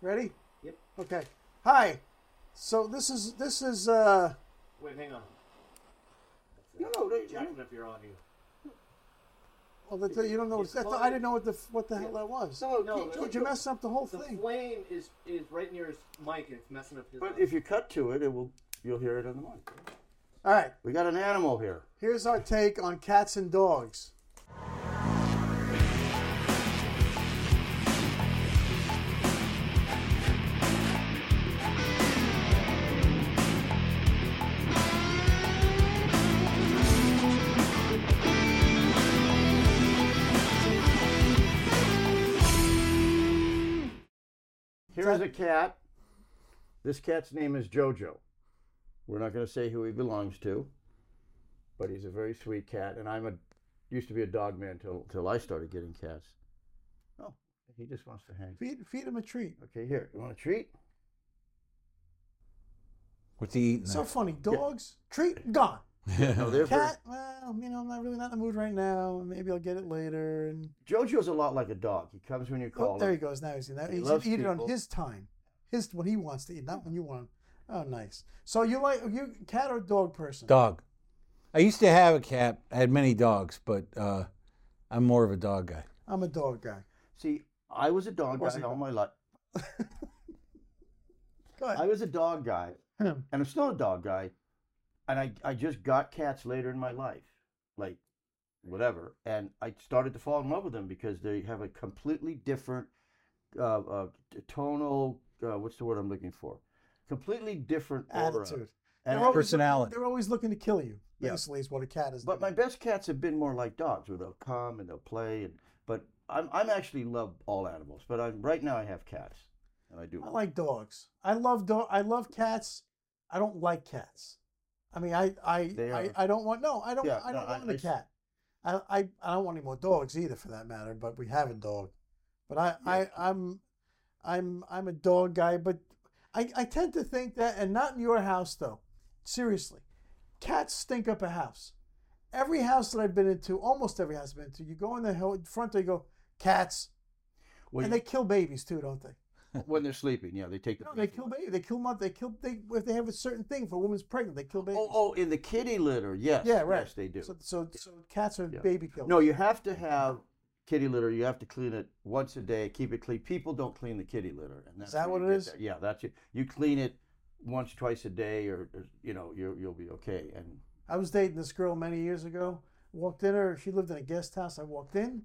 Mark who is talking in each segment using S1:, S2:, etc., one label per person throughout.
S1: Ready?
S2: Yep.
S1: Okay. Hi. So this is this is uh
S2: Wait, hang on.
S1: no no, no you-
S2: Jacking up your audio.
S1: well, that, that- you don't know what, I, thought, I didn't know what the f- what the hell that was.
S3: No,
S2: No,
S3: keep-
S2: it's-
S3: keep
S1: Dude, you
S3: going.
S1: messed up the whole
S2: The
S1: thing.
S2: flame is is right near his mic and it's messing up his. uh,
S3: But
S2: audio.
S3: if you cut to it, it will. You'll hear it on the mic.
S1: All right.
S3: We got an animal here.
S1: Here's our take on cats and dogs.
S3: Here's a cat. This cat's name is Jojo. We're not going to say who he belongs to, but he's a very sweet cat. And I'm a used to be a dog man till till I started getting cats. Oh, he just wants to hang.
S1: Feed feed them a treat.
S3: Okay, here. You want a treat?
S4: What's he eating?
S1: So funny. Dogs treat gone.
S4: there?
S3: No, they're very-
S1: Cat. Well, you know, I'm not really not in the mood right now. Maybe I'll get it later. And
S3: Jojo's a lot like a dog. He comes when you
S1: oh,
S3: call
S1: there he
S3: him.
S1: goes. Now he's in that.
S3: He
S1: He, should
S3: loves
S1: eat it on
S3: people.
S1: his time. His when he wants to eat, not when you want. Oh, nice. So you like you cat or dog person?
S4: Dog. I used to have a cat. I had many dogs, but uh, I'm more of a dog guy.
S1: I'm a dog guy.
S3: See, I was a dog guy
S1: Wasn't-
S3: all my life.
S1: Go
S3: I
S1: ahead.
S3: was a dog guy,
S1: Hmm.
S3: and I'm still a dog guy, and I I just got cats later in my life, like whatever, and I started to fall in love with them because they have a completely different uh, uh, t- tonal uh, what's the word I'm looking for, completely different aura.
S1: Attitude.
S3: And
S1: They're always-
S4: Personality.
S1: They're always looking to kill you.
S3: Yeah.
S1: Basically, is what a cat is.
S3: But my
S1: doing.
S3: best cats have been more like dogs, where they'll come and they'll play. And but I'm I'm actually love all animals, but I'm right now I have cats, and I do.
S1: I like dogs. I love dog. I love cats. I don't like cats. I mean, I I
S3: They
S1: I,
S3: are-
S1: I don't want no. I don't.
S3: Yeah,
S1: I
S3: no,
S1: don't
S3: I-
S1: want a
S3: I s-
S1: cat. I, I I don't want any more dogs either, for that matter. But we have a dog. But I
S3: Yeah.
S1: I I'm I'm I'm a dog guy. But I I tend to think that, and not in your house though. Seriously, cats stink up a house. Every house that I've been into, almost every house I've been into, you go in the hill, front door, you go cats,
S3: Well,
S1: and they kill babies too, don't they?
S3: when they're sleeping, yeah, they take the.
S1: No, they
S3: baby.
S1: kill babies. They kill mother. They kill. They if they have a certain thing. If a woman's pregnant, they kill babies.
S3: Oh, oh, in the kitty litter, yes.
S1: yeah, right.
S3: Yes, they do.
S1: So, so, so cats are
S3: Yeah.
S1: baby killers.
S3: no, you have to have kitty litter. You have to clean it once a day. Keep it clean. People don't clean the kitty litter, and that's
S1: that
S3: where
S1: what it
S3: you get
S1: is?
S3: that- Yeah, that's it. You clean it once, twice a day, or, or you know, you you'll be okay. And
S1: I was dating this girl many years ago. Walked in her. She lived in a guest house. I walked in.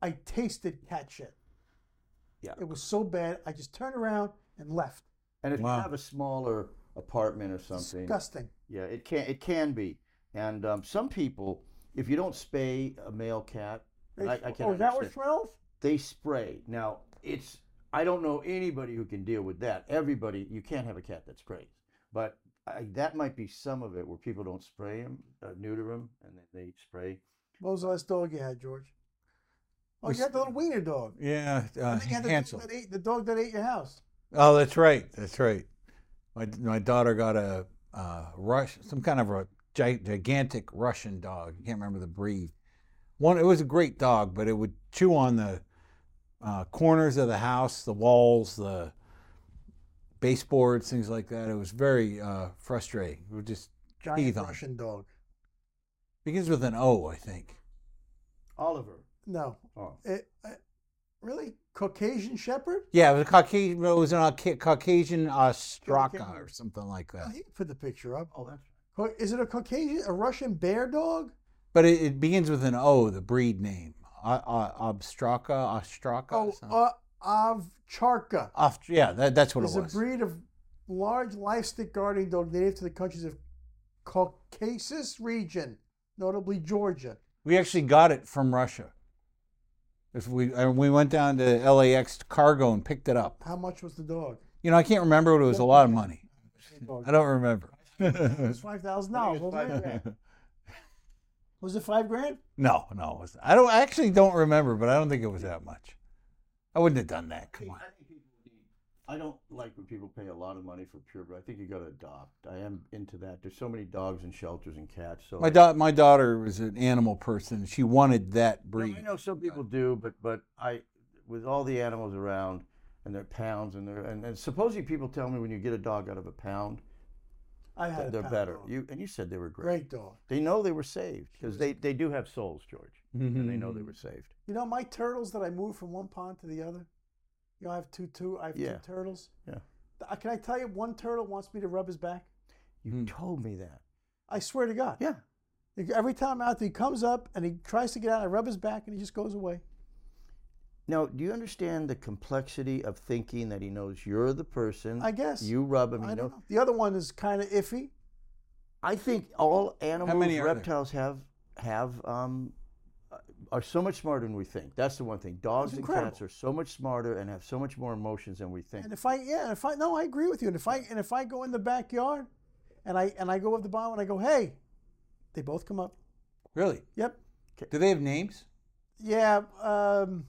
S1: I tasted cat shit.
S3: Yeah.
S1: It was so bad. I just turned around and left.
S3: and if
S4: Wow.
S3: you have a smaller apartment or something,
S1: Disgusting.
S3: Yeah, it can it can be, and um, some people, if you don't spay a male cat, and I, I can't
S1: oh, is that what
S3: understand-
S1: smells?
S3: they spray. Now it's I don't know anybody who can deal with that. Everybody, you can't have a cat that sprays, but I, that might be some of it where people don't spray them, uh, neuter them, and then they spray.
S1: What was the last dog you had, George? Oh,
S4: We
S1: you had the
S4: s-
S1: little wiener dog.
S4: Yeah, uh,
S1: I think you had the,
S4: Hansel.
S1: dog that ate, the dog that ate your house.
S4: Oh, that's right. That's right. My my daughter got a uh, rush, some kind of a gi- gigantic Russian dog. I can't remember the breed. One, it was a great dog, but it would chew on the uh, corners of the house, the walls, the baseboards, things like that. It was very uh, frustrating. It was just
S1: Giant
S4: Heathen.
S1: Russian dog.
S4: begins with an O, I think.
S3: Oliver,
S1: No,
S3: oh,
S1: it, uh, really Caucasian Shepherd.
S4: Yeah, it was a Caucasian. It was an Cauca- Caucasian Ostraka
S1: Caucasian.
S4: or something like
S1: Oh,
S4: that.
S1: he put the picture up.
S3: oh, that's
S1: Cau- Is it a Caucasian, a Russian bear dog?
S4: But it, it begins with an O, the breed name. O- O- Obstraka, Ostraka.
S1: Oh,
S4: something.
S1: uh, Avcharka
S4: Oft- yeah, that, that's what
S1: is
S4: it
S1: a
S4: was.
S1: breed of large livestock guarding dog native to the countries of Caucasus region, notably Georgia.
S4: we actually got it from Russia. If we and we went down to LAX cargo and picked it up.
S1: How much was the dog?
S4: You know, I can't remember, but it was a lot of money. I don't remember.
S1: It's five thousand dollars.
S3: five
S1: Was it five grand?
S4: no, no, it was, I don't. I actually don't remember, but I don't think it was that much. I wouldn't have done that. Come on.
S3: I think people need. I don't like when people pay a lot of money for pure. But I think you got to adopt. I am into that. There's so many dogs and shelters and cats. So
S4: My, da- my daughter was an animal person. She wanted that
S3: No,
S4: breed.
S3: I know some people do, but but I, with all the animals around, and their pounds and their and, and supposedly people tell me when you get a dog out of a pound
S1: I had a
S3: that they're
S1: pet
S3: better.
S1: dog.
S3: You and you said they were great.
S1: Great dog.
S3: They know they were saved because they, they do have souls, George, and they know
S1: Mm-hmm.
S3: they were saved.
S1: You know my turtles that I moved from one pond to the other. You know I have two two. I have
S3: Yeah.
S1: two turtles.
S3: Yeah.
S1: Uh, Can I tell you? One turtle wants me to rub his back.
S3: You
S1: Hmm.
S3: told me that.
S1: I swear to God.
S3: Yeah.
S1: Every time out, he comes up and he tries to get out. I rub his back and he just goes away.
S3: Now, do you understand the complexity of thinking that he knows you're the person?
S1: I guess.
S3: you rub him.
S1: I
S3: you
S1: don't know. The other one is kind of iffy.
S3: I think all animals,
S4: many are there?
S3: reptiles have have um, uh, are so much smarter than we think. That's the one thing. Dogs and cats
S1: incredible.
S3: are so much smarter and have so much more emotions than we think.
S1: And if I yeah, if I no, I agree with you. And if I and if I go in the backyard, and I and I go up the bottom and I go, hey, they both come up.
S4: Really?
S1: Yep.
S4: Do they have names?
S1: Yeah. Um,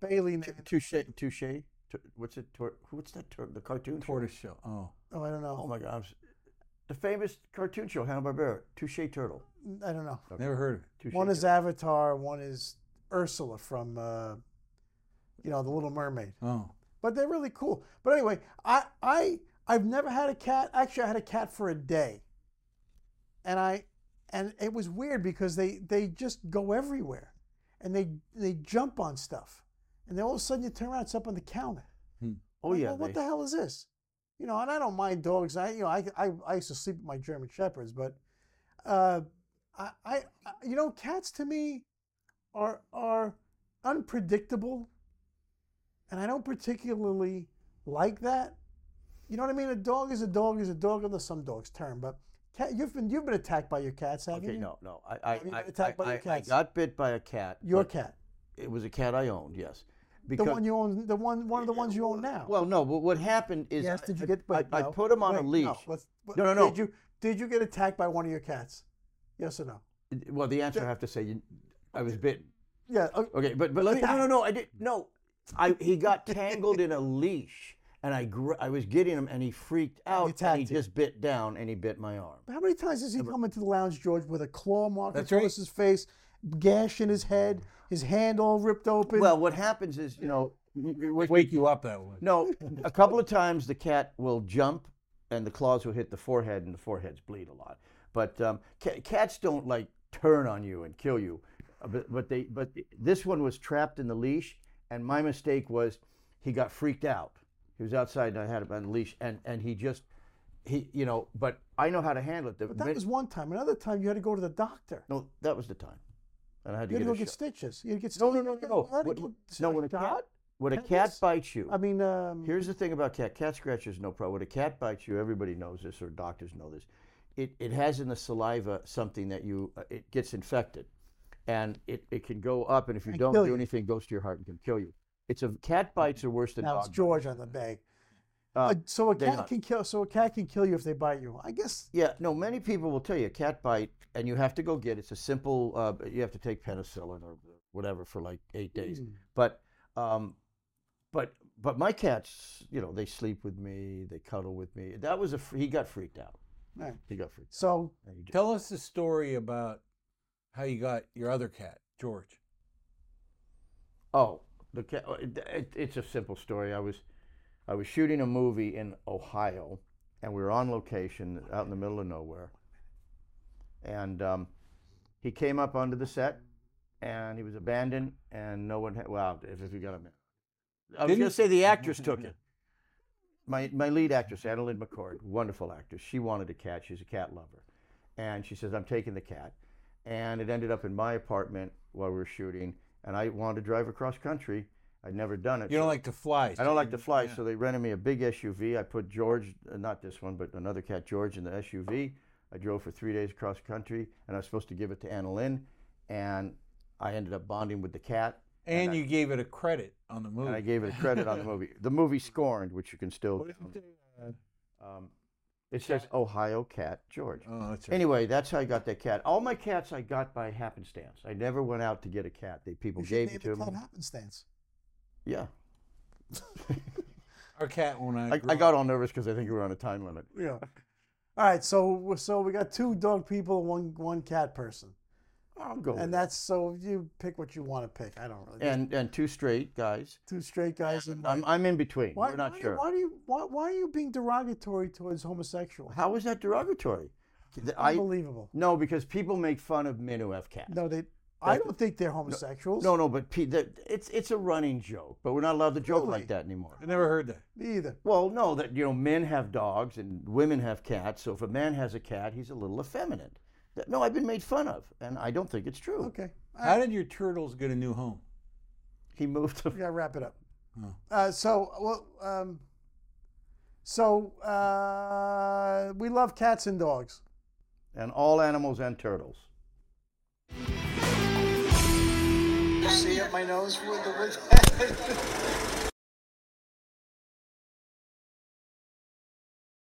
S1: Bailey. named-
S3: Touche, touche. Tor- What's it? Tor- what's that? Tor- the cartoon. show?
S4: Tortoise shell. Oh,
S1: Oh, I don't
S3: Oh
S1: know.
S3: my God! I was- The famous cartoon show Hanna Barbera. Touche turtle.
S1: I don't know.
S4: never heard of it.
S3: Touche
S1: One is
S3: turtle.
S1: Avatar. One is Ursula from, uh, you know, The Little Mermaid.
S4: Oh,
S1: But they're really cool. But anyway, I I I've never had a cat. Actually, I had a cat for a day. And I, and it was weird because they they just go everywhere, and they they jump on stuff, and then all of a sudden you turn around, it's up on the counter.
S3: Oh
S1: Like,
S3: yeah.
S1: well, what
S3: they-
S1: the hell is this? You know, and I don't mind dogs. I, you know, I, I, I used to sleep with my German shepherds, but, uh, I, I, I- you know, cats to me are are unpredictable, and I don't particularly like that. You know what I mean? A dog is a dog is a dog. Unless some dogs turn, but cat, you've been you've been attacked by your cats, haven't
S3: Okay,
S1: you?
S3: no, no. I, I,
S1: Have you
S3: I,
S1: been attacked by
S3: I,
S1: your
S3: I- I
S1: cats?
S3: got bit by a cat.
S1: Your
S3: but
S1: cat,
S3: It was a cat I owned. Yes.
S1: the one you own, the one one of the ones you own now.
S3: Well, no. But what happened is,
S1: yes,
S3: I-
S1: did you
S3: I-
S1: get?
S3: I,
S1: But
S3: I
S1: no.
S3: put him on a
S1: Wait, no,
S3: leash.
S1: let's- but
S3: No, no, no.
S1: Did you did you get attacked by one of your cats? Yes or no?
S3: Well, the answer I have to say, you, I was bitten.
S1: Yeah. uh, o-
S3: Okay, but but let no no no I did no, I he got tangled in a leash and I gr- I was getting him and he freaked out and
S1: attacked
S3: he
S1: you.
S3: just bit down and he bit my arm.
S1: How many times has he come into the lounge, George, with a claw mark
S4: That's
S1: across
S4: right.
S1: his face, gash in his head, his hand all ripped open?
S3: Well, what happens is you know wait,
S4: wake you up that way.
S3: no a couple of times the cat will jump and the claws will hit the forehead and the foreheads bleed a lot. But um, ca- cats don't like turn on you and kill you, Uh, but, but they but this one was trapped in the leash and my mistake was he got freaked out. He was outside and I had him on the leash and and he just he you know but I know how to handle it. The
S1: but that
S3: min-
S1: was one time. Another time, you had to go to the doctor.
S3: no that was the time, and I had to
S1: You had to
S3: get
S1: go
S3: a
S1: get
S3: shot.
S1: stitches. You had to get
S3: No no no no.
S1: You had to
S3: What-
S1: get
S3: no when a
S1: shot.
S3: cat when a
S1: Cat
S3: cat
S1: is-
S3: bites you.
S1: I mean, um,
S3: Here's the thing about cat. Cat scratches no problem. When a cat bites you, everybody knows this, or doctors know this. It, it has in the saliva something that you uh, it gets infected, and it, it can go up, and if you don't
S1: kill
S3: do
S1: you.
S3: anything, it goes to your heart and can kill you. It's a cat bites are worse than
S1: now
S3: dog.
S1: it's George on the bag.
S3: Uh,
S1: Uh, so a
S3: they're
S1: cat
S3: not.
S1: can kill. So a cat can kill you if they bite you. I guess.
S3: Yeah, no. Many people will tell you a cat bite, and you have to go get. It's a simple. Uh, you have to take penicillin or whatever for like eight days.
S1: Hmm.
S3: But, um, but but my cats, you know, they sleep with me. They cuddle with me. That was a. fr- He got freaked out.
S1: Right.
S3: He got freaked.
S1: So
S3: out. And he just-
S4: Tell us the story about how you got your other cat, George.
S3: Oh, the cat. It, it's a simple story. I was, I was shooting a movie in Ohio, and we were on location out in the middle of nowhere. And um, he came up onto the set, and he was abandoned, and no one. Had, well, if, if you got him, I was
S4: Didn't-
S3: going to say the actress took it. My my lead actress, Annalyn McCord, wonderful actress. She wanted a cat. She's a cat lover, and she says, "I'm taking the cat." and it ended up in my apartment while we were shooting. And I wanted to drive across country. I'd never done it.
S4: You don't
S3: so-
S4: like to fly.
S3: I don't like to fly, so they rented me a big SUV. I put George, uh, not this one, but another cat, George, in the SUV. I drove for three days across country, and I was supposed to give it to Anna Lynn, and I ended up bonding with the cat,
S4: And you gave it a credit on the
S3: and I
S4: movie.
S3: gave it a credit on the movie. The movie Scorned, which you can still.
S4: uh,
S3: Um, it says Ohio Cat George.
S4: Oh, that's right.
S3: Anyway, that's how I got that cat. All my cats I got by happenstance. I never went out to get a cat. They people
S1: you should
S3: gave
S1: name
S3: it to
S1: the cat
S3: me.
S1: happenstance.
S3: Yeah,
S4: Our cat when I,
S3: I,
S4: grew
S3: I
S4: up.
S3: got all nervous because I think we were on a time limit.
S1: Yeah. All right. So so we got two dog people, one one cat person.
S3: I'll go. with
S1: And
S3: it.
S1: that's so you pick what you want to pick. I don't really.
S3: Oh. and and two straight guys.
S1: two straight guys and
S3: I'm I'm in between.
S1: why,
S3: We're not
S1: why,
S3: sure.
S1: Why do you why, why are you being derogatory towards homosexual?
S3: How is that derogatory? The- I
S1: Unbelievable.
S3: no, because people make fun of men who have cats.
S1: No, they. I
S3: That's-
S1: don't think they're homosexuals.
S3: no, no, but pe- the, it's it's a running joke. But we're not allowed to joke
S1: Really?
S3: like that anymore.
S4: I never heard that.
S1: me either.
S3: Well, no, that you know, men have dogs and women have cats. So if a man has a cat, he's a little effeminate. That- No, I've been made fun of, and I don't think it's true.
S1: Okay,
S4: How did your turtles get a new home?
S3: He moved. To,
S1: we gotta wrap it up.
S4: Oh.
S1: Uh, so well, um, so uh, we love cats and dogs.
S3: and all animals and turtles.
S5: See up my nose with the